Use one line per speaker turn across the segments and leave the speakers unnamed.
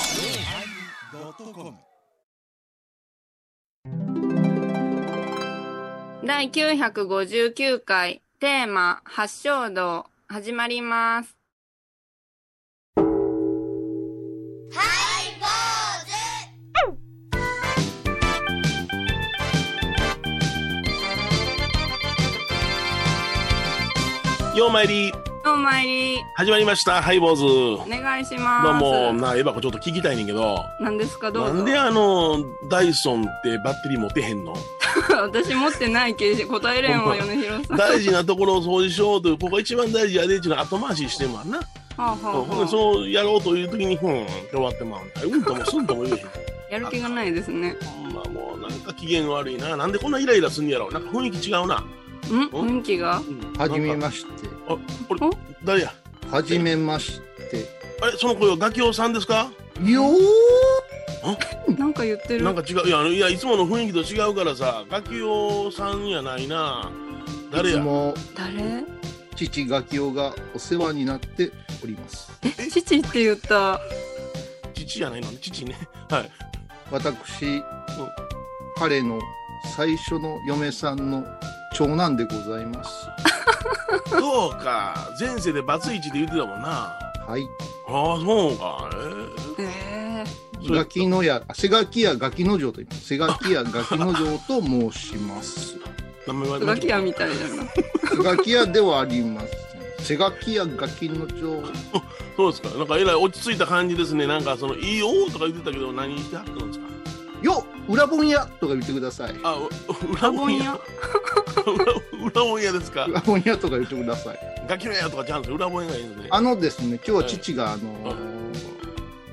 yosmir
第959回テーマ発祥道始まります。
ようまいり
お参り、
始まりましたハイボーズ
お願いします。
どうもなあエバコちょっと聞きたいねんけど
なんですかどう
な
ぞ。
んであのダイソンってバッテリー持てへんの
私持ってないけど答えれんわ、米広 さん。は
大事なところを掃除しようというここが一番大事やでっちゅうの後回ししてんわな、
あはあ
うんほんで
は
そうやろうという時にふんって終わってまうんだうんともすんとも言えへん
あ、やる気がないですね。ん
ほんまもうなんか機嫌悪いななんでこんなイライラすんねやろなんか雰囲気違うな、
雰囲気が
うん
はじめ
なんか
まして。
誰や
はじめまして。
あれその声はガキオさんですか
よー
なんか言ってる。
なんか違ういやあのいやいつもの雰囲気と違うからさガキオさんやないない誰
つ
や
も
誰
父ガキオがお世話になっております。
父って言った。
父じゃないのね父ね。 はい。
私、彼の最初の嫁さんの長男でございます。
そうか。前世でバツイチで言ってたもんな。あ
はい。
あ、そうか。
えー
えー、
ガキのや、あ瀬ガキやガキの城と言います。瀬ガキやガキの城と申します。
名前は
ガキ屋みたいじゃない。
瀬ガキやではありません。瀬ガキやガキの城。
そうですか。なんかえらい落ち着いた感じですね。なんかその、いいよーとか言ってたけど、何してはったんですか
よっ裏本屋とか言ってください。
あ、う 裏本屋。裏 裏本屋ですか。
裏本屋とか言ってください。
ガキの屋とかちゃうんですよ裏本屋がいいんですね。
あのですね、今日は父が、あのー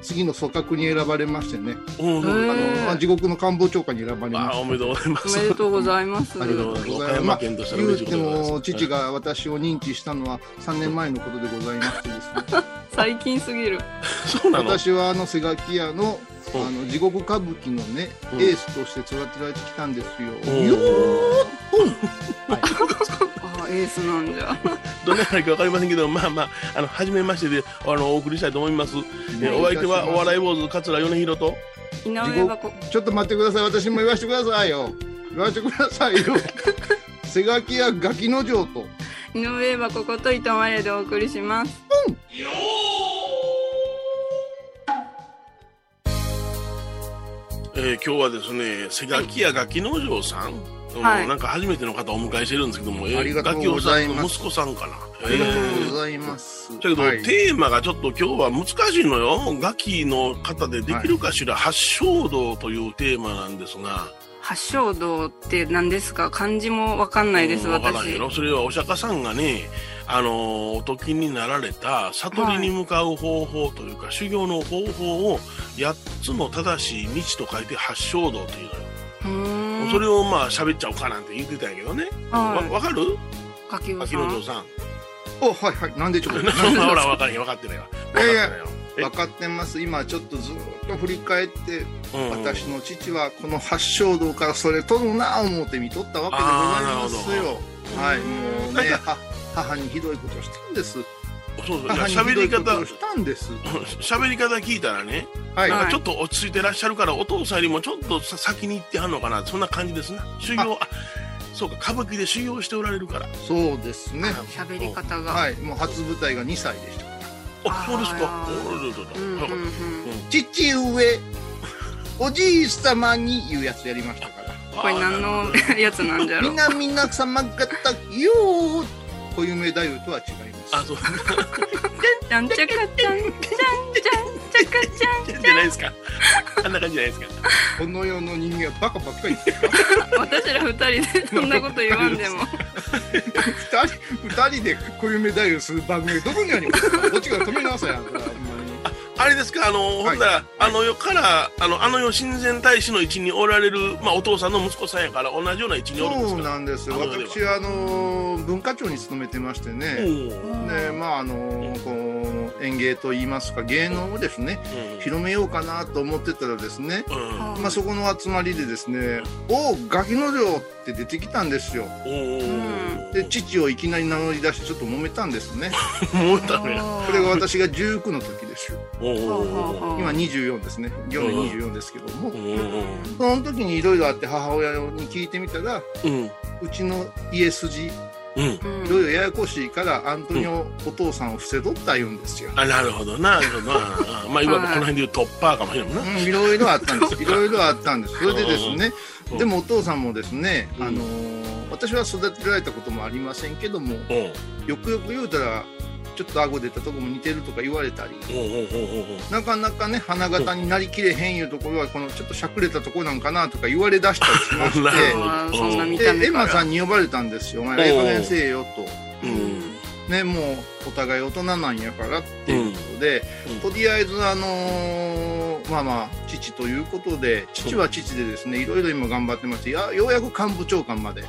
次の組閣に選ばれましてね、
うんそ
あ
うです
の
へえ
まあ、地獄の官房長官に選ばれ
あ
ま
あ、お
し
めでとうございま
お
す
め。でとうございます。
た。ありがとうござい
ま
ま
あ岡山県とし
す。
て
まあ、
は
言
嬉
う
しい
て
ことでございます
も、父が私を認知したのは3年前のことでございまして ですね、
最近すぎる。
そうなの。
私はあの、瀬垣屋の、
うん
あの、地獄歌舞伎のね、
うん
エースとして育てられてきたんですよ。
うん
よーっ
ああ、エースなんじゃ。
どんな話かわかりませんけど、まあまあ、あの、初めましてで、あの、お送りしたいと思います。えお相手は、お笑い坊主桂米広と。
井上はこ、
ちょっと待ってください、私も言わせてくださいよ。言わせてくださいよ。 瀬垣屋ガキの城と。
井上はここと伊藤マレでお送りします。
えー今日はですね、瀬垣屋垣之丞さん、
はい
うんなんか初めての方をお迎えしてるんですけども、えー
ありがとうございます
垣尾さんの息子さんかな。
あ
え
りがとうご
ー
ざいます。
だけど、
はい
テーマがちょっと今日は難しいのよ。ガキの方でできるかしら、発祥道というテーマなんですが。
発祥道って何ですか漢字もわかんないです、
うんわからん
私
や。ろそれはお釈迦さんがね、あのーお時になられた悟りに向かう方法というか、修行の方法を8つの正しい道と書いて八正道というのよ
うーん。
それをまあ喋っちゃおうかなんて言ってたんやけどね。わ
はい。
わかる
かきう
秋
さ
野
ん
城。さん。
おはいはいなんでちょっと
そん なほらわかんへん分かってないわ。
いやいや
分かってない
分
わ
かってます今ちょっとずっと振り返って、
えうん
私の父はこの八正道からそれ取るな思って見とったわけでございますよ
あーな
は
る
い
ほ
もう
なん
ね
か
は母にひどいことをしたんです
そうそう。いや
母に
喋
ひど
り
いこと
方
を、したんです
喋り方聞いたらね、
はい、
なん
は
か
い
ちょっと落ち着いてらっしゃるから、お父さんよりもちょっとさ先に行ってはんのかな。そんな感じですな。修行、あそうか、歌舞伎で修行しておられるから。
そうですね
喋り方が。
はいもう初舞台が2歳でした
あ、そうですか。
あー
おるるるる
うんうんうん。
父上おじい様に言うやつやりましたから
これ何のやつなんじ ゃろう
皆皆様方よー小夢太夫とは違います
あ、そう。
ちゃんちゃかちゃん、ちゃんちゃんちゃかち
じゃないですか。あんな感じじゃないですか。
この世の人間はバカばっかり
ゃん。私ら二人でそんなこと言わんでも。
二人二人で小夢太夫する番組どこにありますかどっちかが止めなさいあんたほんまに
あれですか、あの、ほんなら、あの世から、あの、あの世親善大使の位置におられる、まあ、お父さんの息子さんやから、同じような位置におるんです
そう
か
なんです。
あの世では
私、あの、文化庁に勤めてまして
お
ね。
ーうん
で、まあ、あの、こう、演芸と言いますか、芸能をですね、広めようかなと思ってたらですね、
うん
あ
まあ、そこの集まりでですね「おおガキの量」って出てきたんですよ
おー
で父をいきなり名乗り出してちょっと揉めたんですね
もうダメや。
これが私が19の時ですよ
おー
ほうほうほう
今24ですね去年24ですけども
お
その時にいろいろあって母親に聞いてみたら
ーうん。
うちの家筋い
うん。
うん
ろいろややこしいからアントニオお父さんを伏せとった言うんですよ
あ、なるほどな、なるほどな。あまあ、今この辺で言うトッパーかもしれんもんな。
うんいろいろあったんですいろいろあったん ですそれでですね
うん
でもお父さんもですね
うん
あのー私は育てられたこともありませんけども
おー
よくよく言うたらちょっと顎出たとこも似てるとか言われたり
おーおーおーおー
なかなかね花形になりきれへんいうところはこのちょっとしゃくれたところなんかなとか言われだしたりしまし
なるほど
あーそんな見
て
た目
でエ
から
マさんに呼ばれたんですよ「お前
お
ええ加
う
減せえよ」と。
う。
うんん
ね、もうお互い大人なんやからっていうことで、
うん
とりあえずあのーまあまあ父ということで父は父でですねいろいろ今頑張ってましていやようやく官房長官まで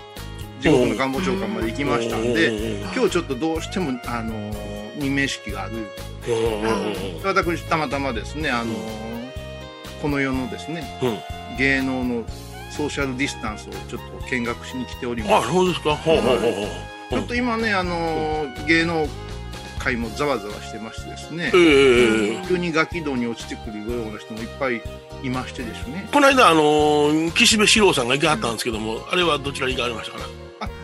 地獄の官房長官まで行きましたんで、
で
今日ちょっとどうしても、あのー任命式がある私たまたまですね、あのーこの世のですね、芸能のソーシャルディスタンスをちょっと見学しに来ており
あ、
ます
そうですか。ほうほうほうほう。
ちょっと今ね、あのー芸能界もざわざわしてましてですね
ええ
急にガキ道に落ちてくるような人もいっぱいいましてですね
この間、あのー岸辺四郎さんが行きはったんですけども、あれはどちらに行かれましたかな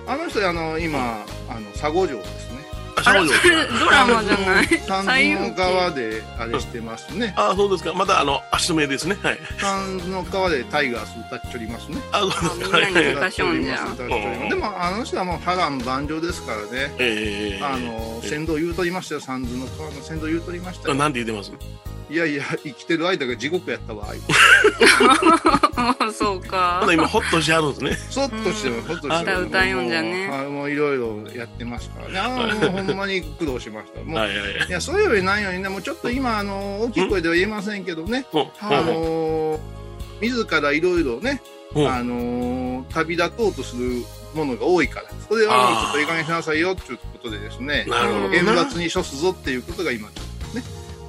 ああの人あの今あの佐護城ですね
あ、
あ
佐
れ
賀城
それドラマじゃない 西
三途
遊記
の川であれしてますね
あ、そうですか。また、あの、足止めですね。はい。
三途の川でタイガース歌っちょりますね
あ、そうですか。
みんなに
はい
歌っちょります
歌っちょりますでもあの人はもう波乱万丈ですからね
ええ
あの先導言うとりましたよ、三途の川の先導言うとりましたよ。
なんて言ってます
いやいや、生きてる間が地獄やったわ、言うて
もうそう
ま
か
だ今、ホッとしはるんですね。
そっとしても、ほっとして
歌
も。
歌いよんじゃね
もうはいもういろいろやってますからね。ああ、もうほんまに苦労しました。もう、
はい
い、
はいはい。
や、そういうよりないよりね、もうちょっと今、あの、大きい声では言えませんけどね、
ほう
あ
ほ
の、
う
自らいろいろね、
ほう
あの、旅立とうとするものが多いから、それはもうちょっといい加減しなさいよ、ということでですね、
なるほど
厳
な。
罰に処すぞっていうことが今、ちょっとね、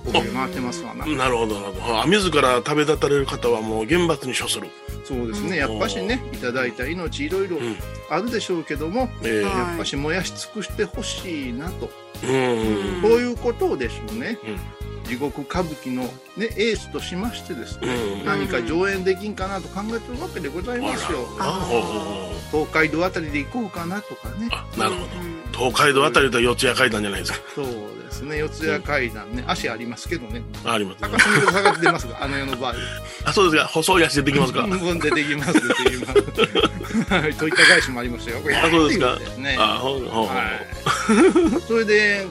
覚え回ってますわな。
なるほど、なるほど。あ自ら食べ立たれる方はもう厳罰に処する。
そうです
うん
ね、やっぱしね、いただいた命、いろいろ
ん
あるでしょうけども、
は
え
い
やっぱし燃やし尽くしてほしいなと、
えうん。
ん
こういうことをですね、地獄歌舞伎の、ね、エースとしましてですね、
うん
何か上演できんかなと考えてるわけでございますよ。
あら
あー
ほうほうほう
東海道あたりで行こうかなとかね、
あなるほど。
うん
東海道あたりと四谷階段じゃないですか。
そうですね、四谷階段ね、足ありますけどね、
ああります、
高
ね。
さに下がって出ますが、あの世の場合。
あ、そうですか。細い足でで きますか。
うん出てきます、出てきます。はいといった返しもありましたよ。
あそうですか
っていうんね
あ、ほうほうほう。
はい、それで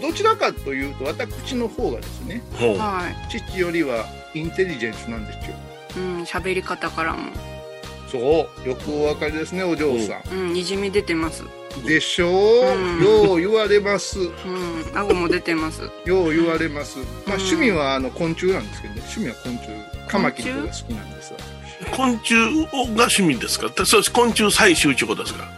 どちらかというと私の方がですね
ほう
はい
父よりはインテリジェンスなんですよ
うん喋り方からも
そうよくお分かりですねお嬢さん、
うんにじみ出てます
でしょう、
うん
よう言われます
うん顎も出てます
よう言われます、まあ、
うん
趣味はあの昆虫なんですけどね趣味は昆虫カマキリの方が好きなんです
昆虫が趣味ですか。たそうです昆虫採集ということですか。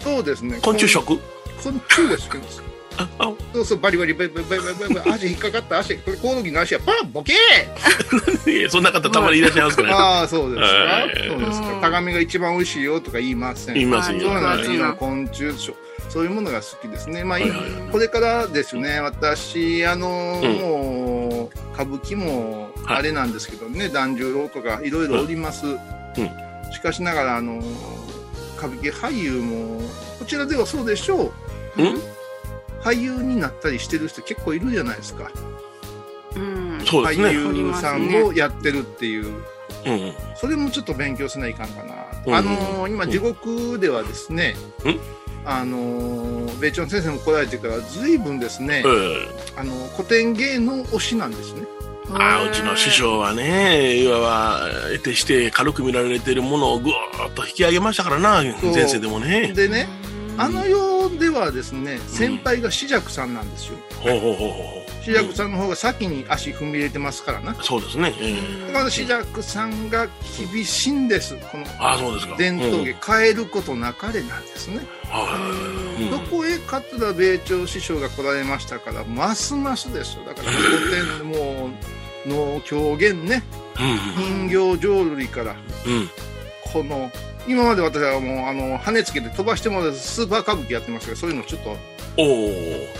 そうですね
昆虫食。
昆昆虫が好きです
あ、あ、
そうそうバリバリバリバリバリバリバ リ足引っかかった足これコオロギの足やパラボケー
いえそんな方たまにいらっしゃいますから。
ああそうです
は
か
い。
そうですか
う。ん
鏡が一番美味しいよとか言いません。
言いますよ。
そうなんです
はい
よ。昆虫そうそういうものが好きですね。まあ、
はいはいはい
これからですね。私あの
うん
もう歌舞伎も
はい
あれなんですけどね、團十郎とかいろいろおります。しかしながらあの歌舞伎俳優もこちらではそうでしょう。
うん
俳優になったりしてる人結構いるじゃないですか。
うん
そうです
俳
ね。
優さんをやってるっていう。
うんうん。
それもちょっと勉強しないかんかなと、
うん
あのー今地獄ではですね、
うん
あのー米朝の先生も来られてから随分ですね、
ええ
あのー古典芸能推しなんですね
あーうちの師匠はね、いわば、得てして軽く見られているものをぐーっと引き上げましたからな、
そう
前世でもね。
でねあの世ではですね先輩が紫尺さんなんですよ
ほうほうほうほ
紫尺さんの方が先に足踏み入れてますからなだ
うそうですね、ええ
から紫尺さんが厳しいんですこの
ああそうですか
伝統
うん
芸変えることなかれなんですね
はいはいはい
どこへ桂米朝師匠が来られましたからますますですよだから古典もうの狂言ね
うん
人形浄瑠璃から
うんうん
この今まで私はもうあの羽つけて飛ばしてもらうスーパー歌舞伎やってましたけどそういうのちょっと
おお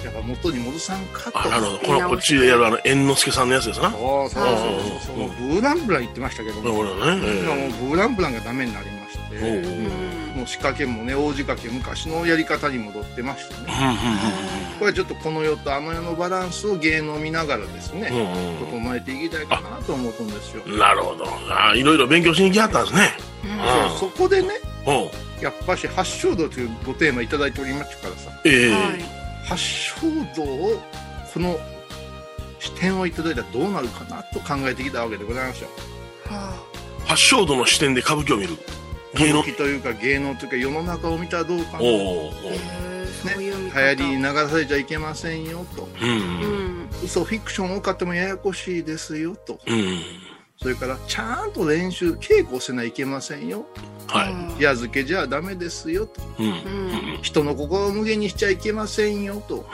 やっぱ元に戻さんかと
あなるほどこのこっちでやるあの猿之助さんのやつですな
そうそうそうそう
うん
ブーランブラン言ってましたけど
なる
も
ほどね、
今も
え
うブーランブランがダメになりまし
えおうおう
て
うんうんうん
もう仕掛けもね大仕掛け昔のやり方に戻ってましてねこれはちょっとこの世とあの世のバランスを芸能を見ながらです
う
ね
んうんうん
整えていきたいかなと思うんですよ
なるほど。ああ、いろいろ勉強しに来はったんですね。
そうそこでね
おう
やっぱし八正道というごテーマいただいておりますからさ
ええ
八正道をこの視点をいただいたらどうなるかなと考えてきたわけでございますよ
八正道の視点で歌舞伎を見る。芸
歌
能
舞。伎というか芸能というか世の中を見たらどうかな
お
流
うおう
行りに流されちゃいけませんよと
うん
嘘フィクション多かってもややこしいですよと
うん。うん。
それからちゃんと練習稽古をせないといけませんよ
は
矢漬けじゃダメですよと
い。うん。
人の心を無限にしちゃいけませんよと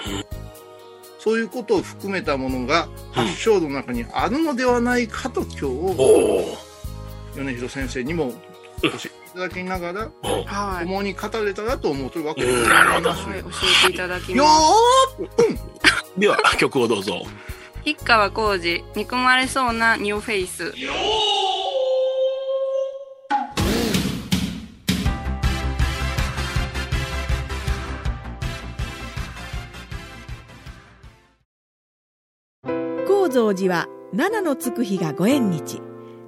そういうことを含めたものが八正道の中にあるのではないかと今日
おおう
米広先生にも教えていただきながら
おう
共に語れたらと思うとるわけで
うんなるほど
よ
では、曲をどうぞ。
一家は工事憎まれそうなニューフェイス
高蔵寺は七のつく日がご縁日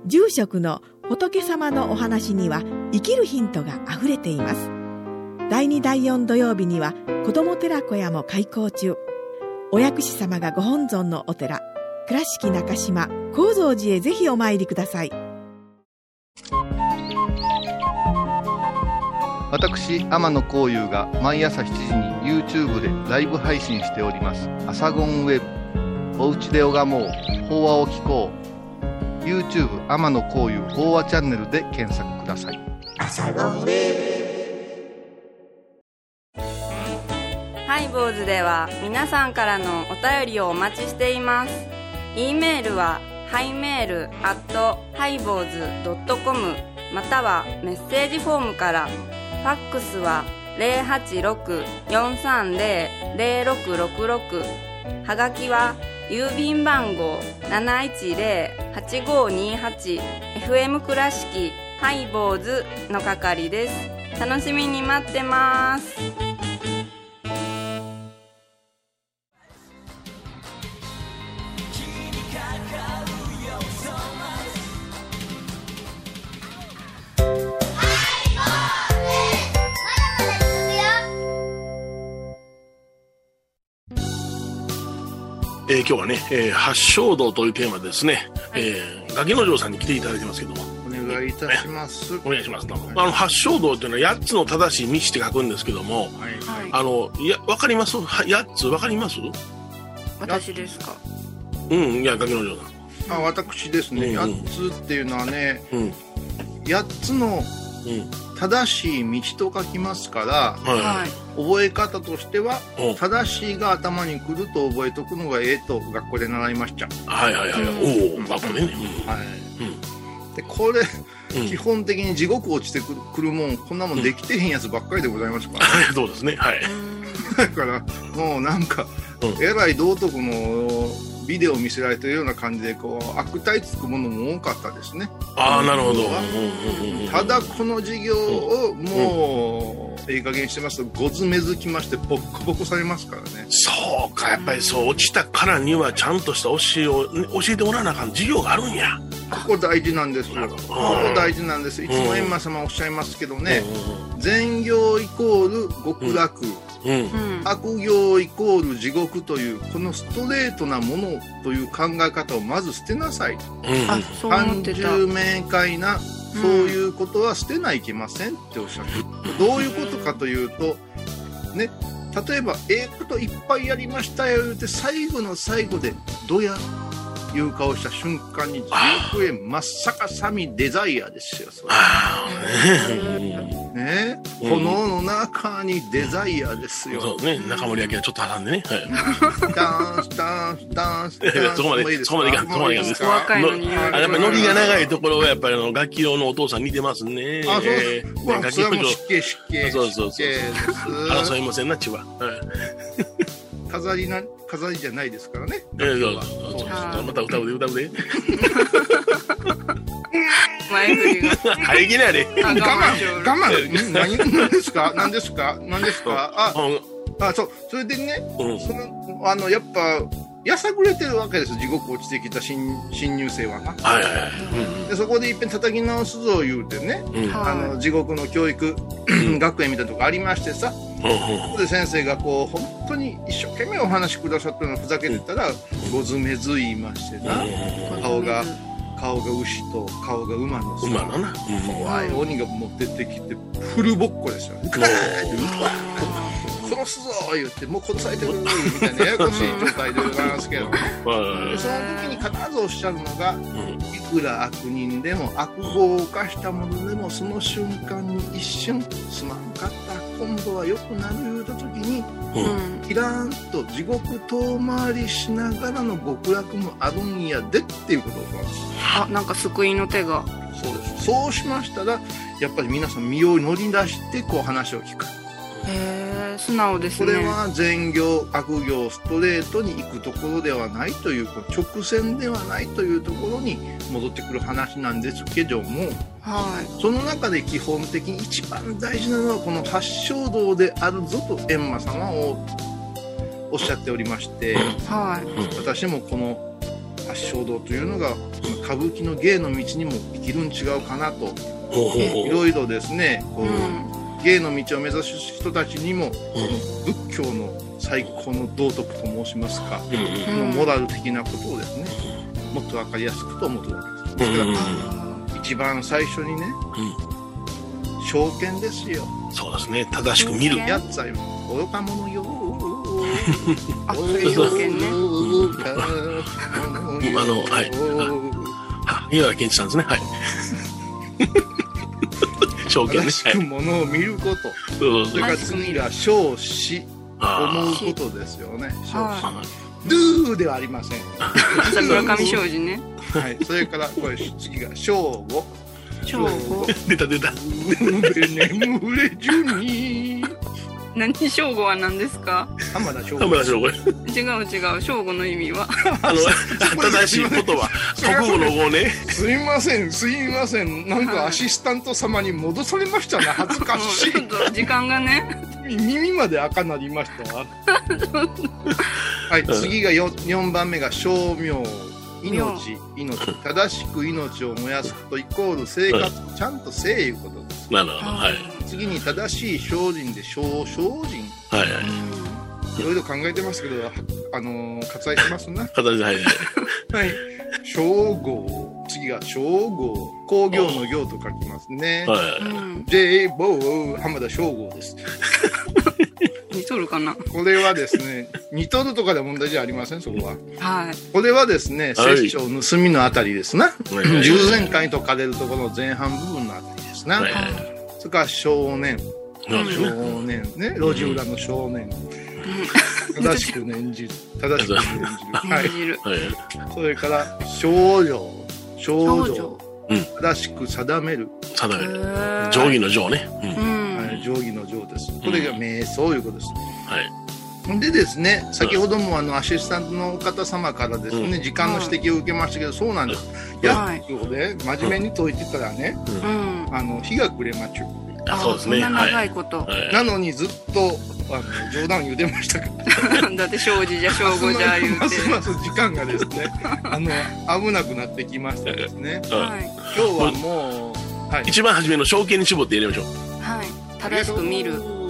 住職の仏様のお話には生きるヒントがあふれています第2第4土曜日には子ども寺小屋も開校中お薬師様がご本尊のお寺倉敷中島・高蔵寺へぜひお参りください
私天野幸雄が毎朝7時に YouTube でライブ配信しております「アサゴンウェブ」「おうちで拝もう法話を聞こう」YouTube 天野幸雄法話チャンネルで検索ください
ハイボーズでは皆さんからのお便りをお待ちしています。e メールはハイメールアットハイボーズドットコムまたはメッセージフォームから。ファックスは086-430-0666はがきは郵便番号710-8528 FM 倉敷ハイボーズの係です。楽しみに待ってます。
えー、今日はね、えー、八正道というテーマでですね、
はい
えー、崖の城さんに来ていただいてますけども、
お願いいたします
お願いします。どうもあ
は
の、八正道というのは八つの正しい道って書くんですけども、
いはい
あの、いや、わかりますは八つわかります
私ですか。
うん、いや、崖の城さん。
あ私です
う
ね
んうん
八つっていうのはね
うん。
八つの
うん。
正しい道と書きますから
はい。
覚え方としては
お
正しいが頭にくると覚えとくのがええと学校で習いました
はいはいはい。おお、学校でね。
はい、
うん
でこれ
うん。うん
基本的に地獄落ちてくるくるもんこんなもんできてへんやつばっかりでございますから
はい、そうですね。はい。
だからもうなんか、
うん
えらい道徳のビデオを見せられてるような感じでこう悪態つくものも多かったですね、
ああ、なるほど。
ただこの授業をもう、いい加減にしてますとごずめづきましてボッコボコされますからね
そうか、やっぱりそう、落ちたからにはちゃんとした教えを、ね教えてもらわなあかん授業があるんや。
ここ大事なんですよ、
うん
ここ大事なんですいつも閻魔様おっしゃいますけどね、善行イコール極楽、
うん。うん。
うん
悪行イコール地獄というこのストレートなものという考え方をまず捨てなさい
うん。
あ、そう思っ
単
てた。
純明快なそういうことは捨てないけませんっておっしゃってる、どういうことかというとね例えば「ええこといっぱいやりましたよ」言うて最後の最後で「どや」いう顔した瞬間に10億円真っ逆さみデザイアですよそれ
ああね
ね
うん
炎の中にデザイアです
え
よ、
そうね中森明菜ちょっと挟んでね、は
ダンスダンスダンスダンス
そこまで
もういいす
そこまでいかんそこまでいかん
もういいす
お若いの
あ
に
い、あやっぱりノリが長いところがやっぱりあの楽器用のお父さん似てますね
あそう
え
う
ー、
わ
楽器
それ
用
はもう
と
失敬失敬
そうそうそう
失敬です
争いませんなちは、はい
飾りな飾りじゃないですからね
えー、そう
楽器
そう
は
そうそう
あー
また歌うで歌うで
前振りが
はいいけないあれ
あ
我慢
我
我慢ん何何ですか何ですか何ですかあ
う
あそうそれでね
んうん
そのあのやっぱやさぐれてるわけです地獄落ちてきた新新入生はな
はいはいはい
でそこでいっぺん叩き直すぞ言うてね
うんうんうん
はい
あの地獄の教育 学園みたいなとこありましてさそこで先生がこう本当に一生懸命お話しくださったのをふざけてたらごずめず言いましてな
慢
顔が顔が牛と顔が馬のさ
うん馬のなうんもう
怖い鬼が持ってってきてフルボッコですよね殺すぞ言ってもう殺されてるみた いなややこしい状態でございますけど
はい
でその時に必ずおっしゃるのが
うん
いくら悪人でも悪行を犯したものでもその瞬間に一瞬すまんかった今度は良くなる言うた時に
うん
いらんと地獄遠回りしながらの極楽もあるんやでっていうことを教わるんです
あなんか救いの手が
そうですそうしましたらやっぱり皆さん身を乗り出してこう話を聞く
へえ素直です
こ
ね
れは善行悪行ストレートに行くところではないというこう直線ではないというところに戻ってくる話なんですけども
はい
その中で基本的に一番大事なのはこの八正道であるぞと閻魔様はおおっしゃっておりまして
はい
私もこの八正道というのが歌舞伎の芸の道にも生きるん違うかなと
ほうほうほう
いろいろですねこ
う
うん芸の道を目指す人たちにも
う
仏教の最高の道徳と申しますか、
んうん
うん
のモラル的なことをですねもっと分かりやすくと思ってるわけです、
うんうん
だか
あ
ら一番最初にね証券ですよ
そうですね正しく見る
ね
やっちゃいます愚か者よ
あ証券ね
愚か者よ
あのはいあ岩井健一さんですねはい証券
正
ね
し
はい
くものを見ること、
そうそう
そ
そう
れから次が少子思
あ
うことですよね少
ー
子
あ
ドゥーではありません
ー桜上庄司ね
はい、それからこれ次が正午。
正午
出た出た
眠れジュニー。
何正午は何ですか
浜田正
田
午。
村翔これ
違う違う正午の意味は
あの正しいことは国語の語ね
すいません、すいません。なん
はい
かアシスタント様に戻されましたね。恥ずかし
もうちょっと時間がね
い。耳まで赤なりましたわ。はい、次が四四番目が正明。命、命、正しく命を燃やすことイコール生活、ちゃんとせえいうことです。
なるほどはい
次に正しい精進で精精進。
はいはい
いろいろ考えてますけど、あのー、割愛しますな。
形ではいはい
はい。正午。次が正午。工業の業と書きますね。
はい
うん
J ボー浜田正午です。
似とるかな
これはですね、似とるとかで問題じゃありません、そこは。
はい
これはですね、
はい
摂政盗みのあたりですな。
はい
従前回と書かれるところの前半部分のあたりですな。
はいはい
それから少年、
なるほどね
少年、ね、路地裏の少年。正しく念じる。正しく念じる。は
はいい。汁
はい
それから少女少
少
女
女
正しく定める、
定
へ
める
ー
定義の定ねうん
う
は
ん
い定義の定ですこれが瞑想いうことです、
はい
でですね先ほどもあのアシスタントのお方様からですね、
う
時間の指摘を受けましたけどそうなんです、い
は
や
い
そうね真面目に解いてたらね
うん
あの日が暮れまちゅ
あそうですね
あそんな
はい
長いこと
はい
なのにずっとあの冗談言うてましたから
だって庄司じゃ正午じゃ言う
ま
て
すます時間がですねあの危なくなってきましたですね
は
はい
今日はもう、はい
い、一番初めの証券に絞って入れましょう
はい正しく見るも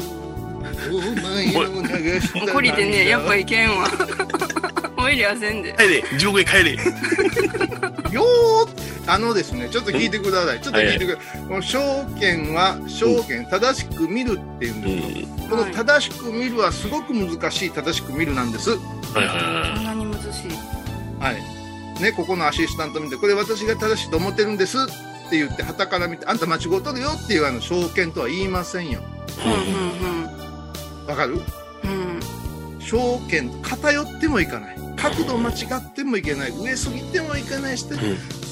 う
怒
懲りてねやっぱいけんわ オイリーはせんで
帰れ地獄へ帰れ
よあのですね、ちょっと聞いてください。ちょっと聞いてください。この証券は証券、正しく見るっていうんですけど、この
はい
正しく見るはすごく難しい正しく見るなんです。は
はいはいはい
そんなに難しい
い。ね、ここのアシスタント見て、これ私が正しいと思ってるんですって言って、旗から見て、あんた間違うとるよっていうあの証券とは言いませんよ。
うん
わかる
うんうんうん
証券、偏ってもいかない。角度間違ってもいけない。上すぎてもいけないして、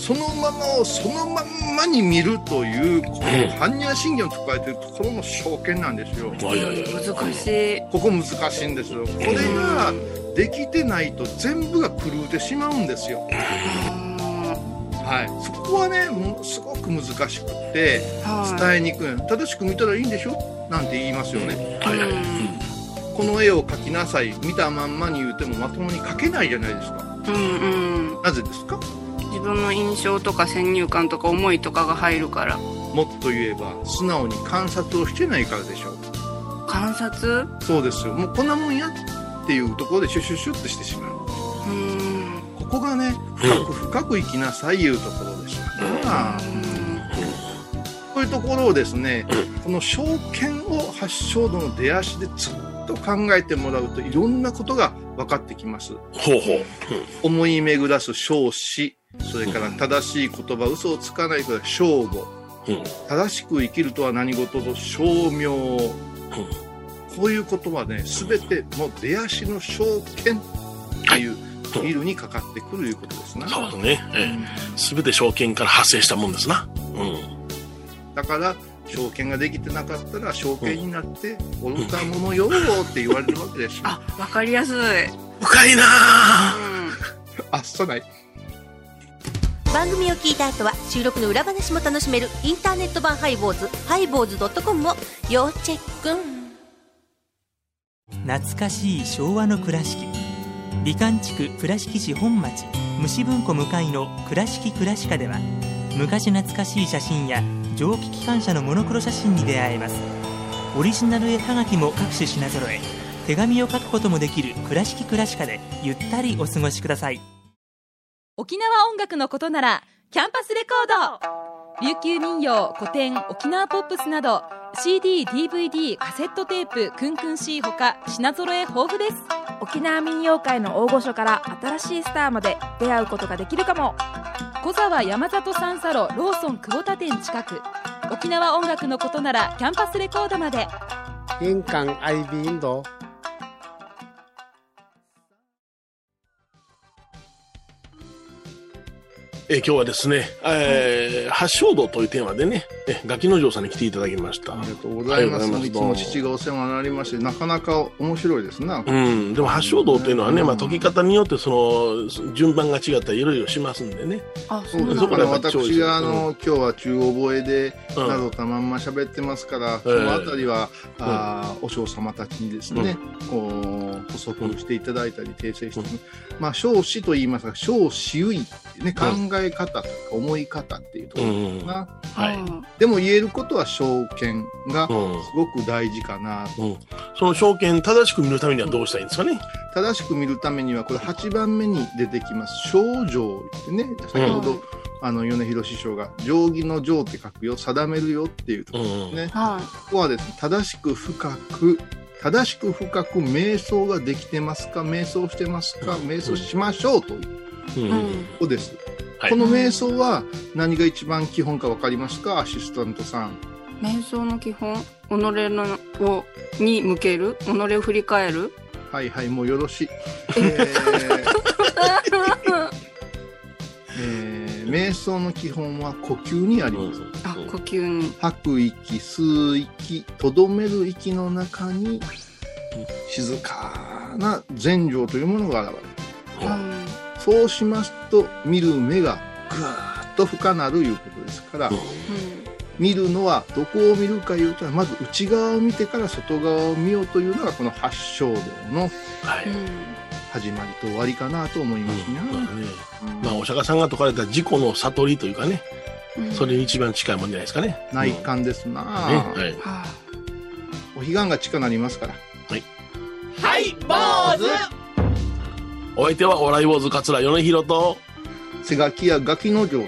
そのままをそのまんまに見るという、この般若心経に使われているところの証券なんですよ。
はいはいはい
難しい
ここ難しいんですよ。これができてないと全部が狂うてしまうんですよ。
うん
はい。そこはね、もうすごく難しくて、
は
伝えにくい。正しく見たらいいんでしょなんて言いますよね。
はいはい
この絵を描きなさい。見たまんまに言うてもまともに描けないじゃないですか。
いうんうん
なぜですか
自分の印象とか先入観とか思いとかが入るから
もっと言えば、素直に観察をしてないからでしょう。
観察
そうですよ。もうこんなもんやっていうところでシュシュシュってしてしまう。
うん
ここがね、深く深く生きなさいいうところですから、こういうところをですね、この証券を発祥度の出足でずっと考えてもらうといろんなことが分かってきます。
ほうほう
思い巡らす証詞、それから正しい言葉、嘘をつかないから正語、
うん
正しく生きるとは何事と証明、こういうことはね、すべてもう出足の証券っていう、見るにかかってくるいうことですな。
そうですねすべ、全て証券から発生したもんですなうん
だから証券ができてなかったら証券になって愚か者よって言われるわけでしょ。
あわかりやすい、う
深いなあ
ん
あっさない。
番組を聞いた後は収録の裏話も楽しめるインターネット版ハイボーズハイボーズドットコムを要チェック
懐かしい昭和の倉敷美観地区倉敷市本町虫文庫向かいの「倉敷倉歯科」では昔懐かしい写真や蒸気機関車のモノクロ写真に出会えますオリジナル絵はがきも各種品揃え手紙を書くこともできる「倉敷倉歯科」でゆったりお過ごしください
沖縄音楽のことならキャンパスレコード琉球民謡古典沖縄ポップスなど CDDVD カセットテープクンクン C ほか品揃え豊富です
沖縄民謡界の大御所から新しいスターまで出会うことができるかも
小沢山里三佐路ローソン久保田店近く沖縄音楽のことならキャンパスレコードまで
玄関アイビーインド
えー今日はですね、えー発祥度というテーマでね、えーガキの城さんに来ていただきました
あ。りがとうございま
あり
す。
がとうございます
いつも父がお世話になりまして、なかなか面白いですな。
うん、でも発祥道というのはね、
うん
まあ、解き方によってその順番が違ったりいろいろしますんでね、
あそ
そ
うう
で
な
す。
そ
だ
ん
こ
だ
から
でやっぱ長寿
私があの、今日は中覚えで、
うん
などたまんま喋ってますから、そ
ええ
のあたりは、あーお嬢様たちにですね、こう補足していただいたり訂正して、まあ少子と言いますが少子優位ってね考
うん
え方とか思い方っていうところかな、
はい
でも言えることは証券がす
うん
ごく大事かな、
うん、その証券正しく見るためにはどうしたらいいんですかね、
正しく見るためにはこれ8番目に出てきます「症状」ってね先ほど、
うん
あの米広師匠が「定規の定」って書くよ定めるよっていうとこ
う
ろ
ん
ね、
はい
ここはですね正しく深く正しく深く瞑想ができてますか瞑想してますか瞑想しましょうという
うん
うん
ことです、
はい
この瞑想は何が一番基本か分かりますかアシスタントさん
瞑想の基本己のをに向ける己を振り返る
はいはいもうよろしい、えー えー瞑想の基本は呼吸にあります、
あ呼吸に
吐く息吸う息とどめる息の中に静かな禅情というものが現れる
うん
そうしますと見る目がぐーっと深なるいうことですから、見るのはどこを見るかいうとまず内側を見てから外側を見ようというのがこの八正道の
はい
うん
始まりと終わりかなと思いますね。
まあねまあ、お釈迦さんが説かれた自己の悟りというかね、
うん
それに一番近いもんじゃないですかね。
内観ですな、
うんねはい
はあ
お彼岸が近なりますから。
お相手はお笑い坊主桂米広と
瀬垣やガキの城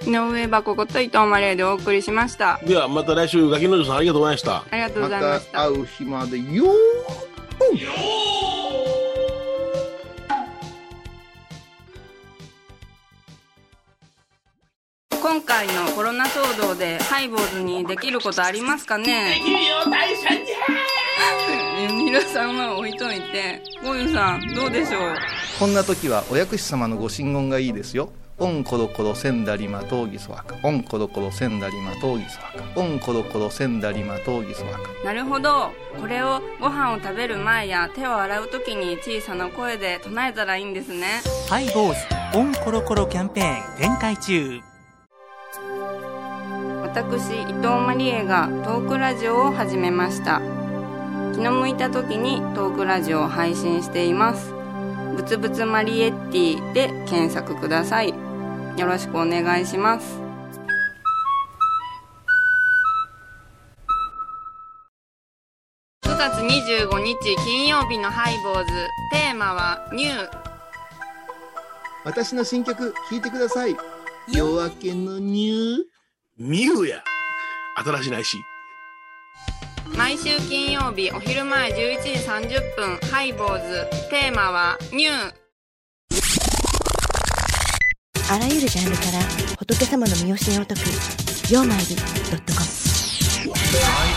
と
井上箱こと伊藤マレーでお送りしました
ではまた来週ガキの女さんありがとうございました
ありがとう
ま
ございま
た
した
会う日までよ
今回のコロナ騒動でハイボーズにできることありますかねできるよ大社 じゃ皆さんは置いといてゴンさんどうでしょう
こんな時はお薬師様のご神言がいいですよ。オンコロコロセンダリマトウギソワカ。オンコロコロセンダリマトウギソワカ。オンコロコロセンダリマトウギソワカ。
なるほどこれをご飯を食べる前や手を洗う時に小さな声で唱えたらいいんですね
ハイボーズオンコロコロキャンペーン展開中
私伊藤マリエがトークラジオを始めました気の向いた時にトークラジオを配信していますぶつぶつマリエッティで検索くださいよろしくお願いします9月25日金曜日のハイボーズテーマはニュー
私の新曲聴いてください夜明けのニュー
ミュウや新しいないし
毎週金曜日お昼前11時30分ハイボーズテーマはニュー
あらゆるジャンルから仏様の身教えを解く「曜マイルドットコム」
ハイ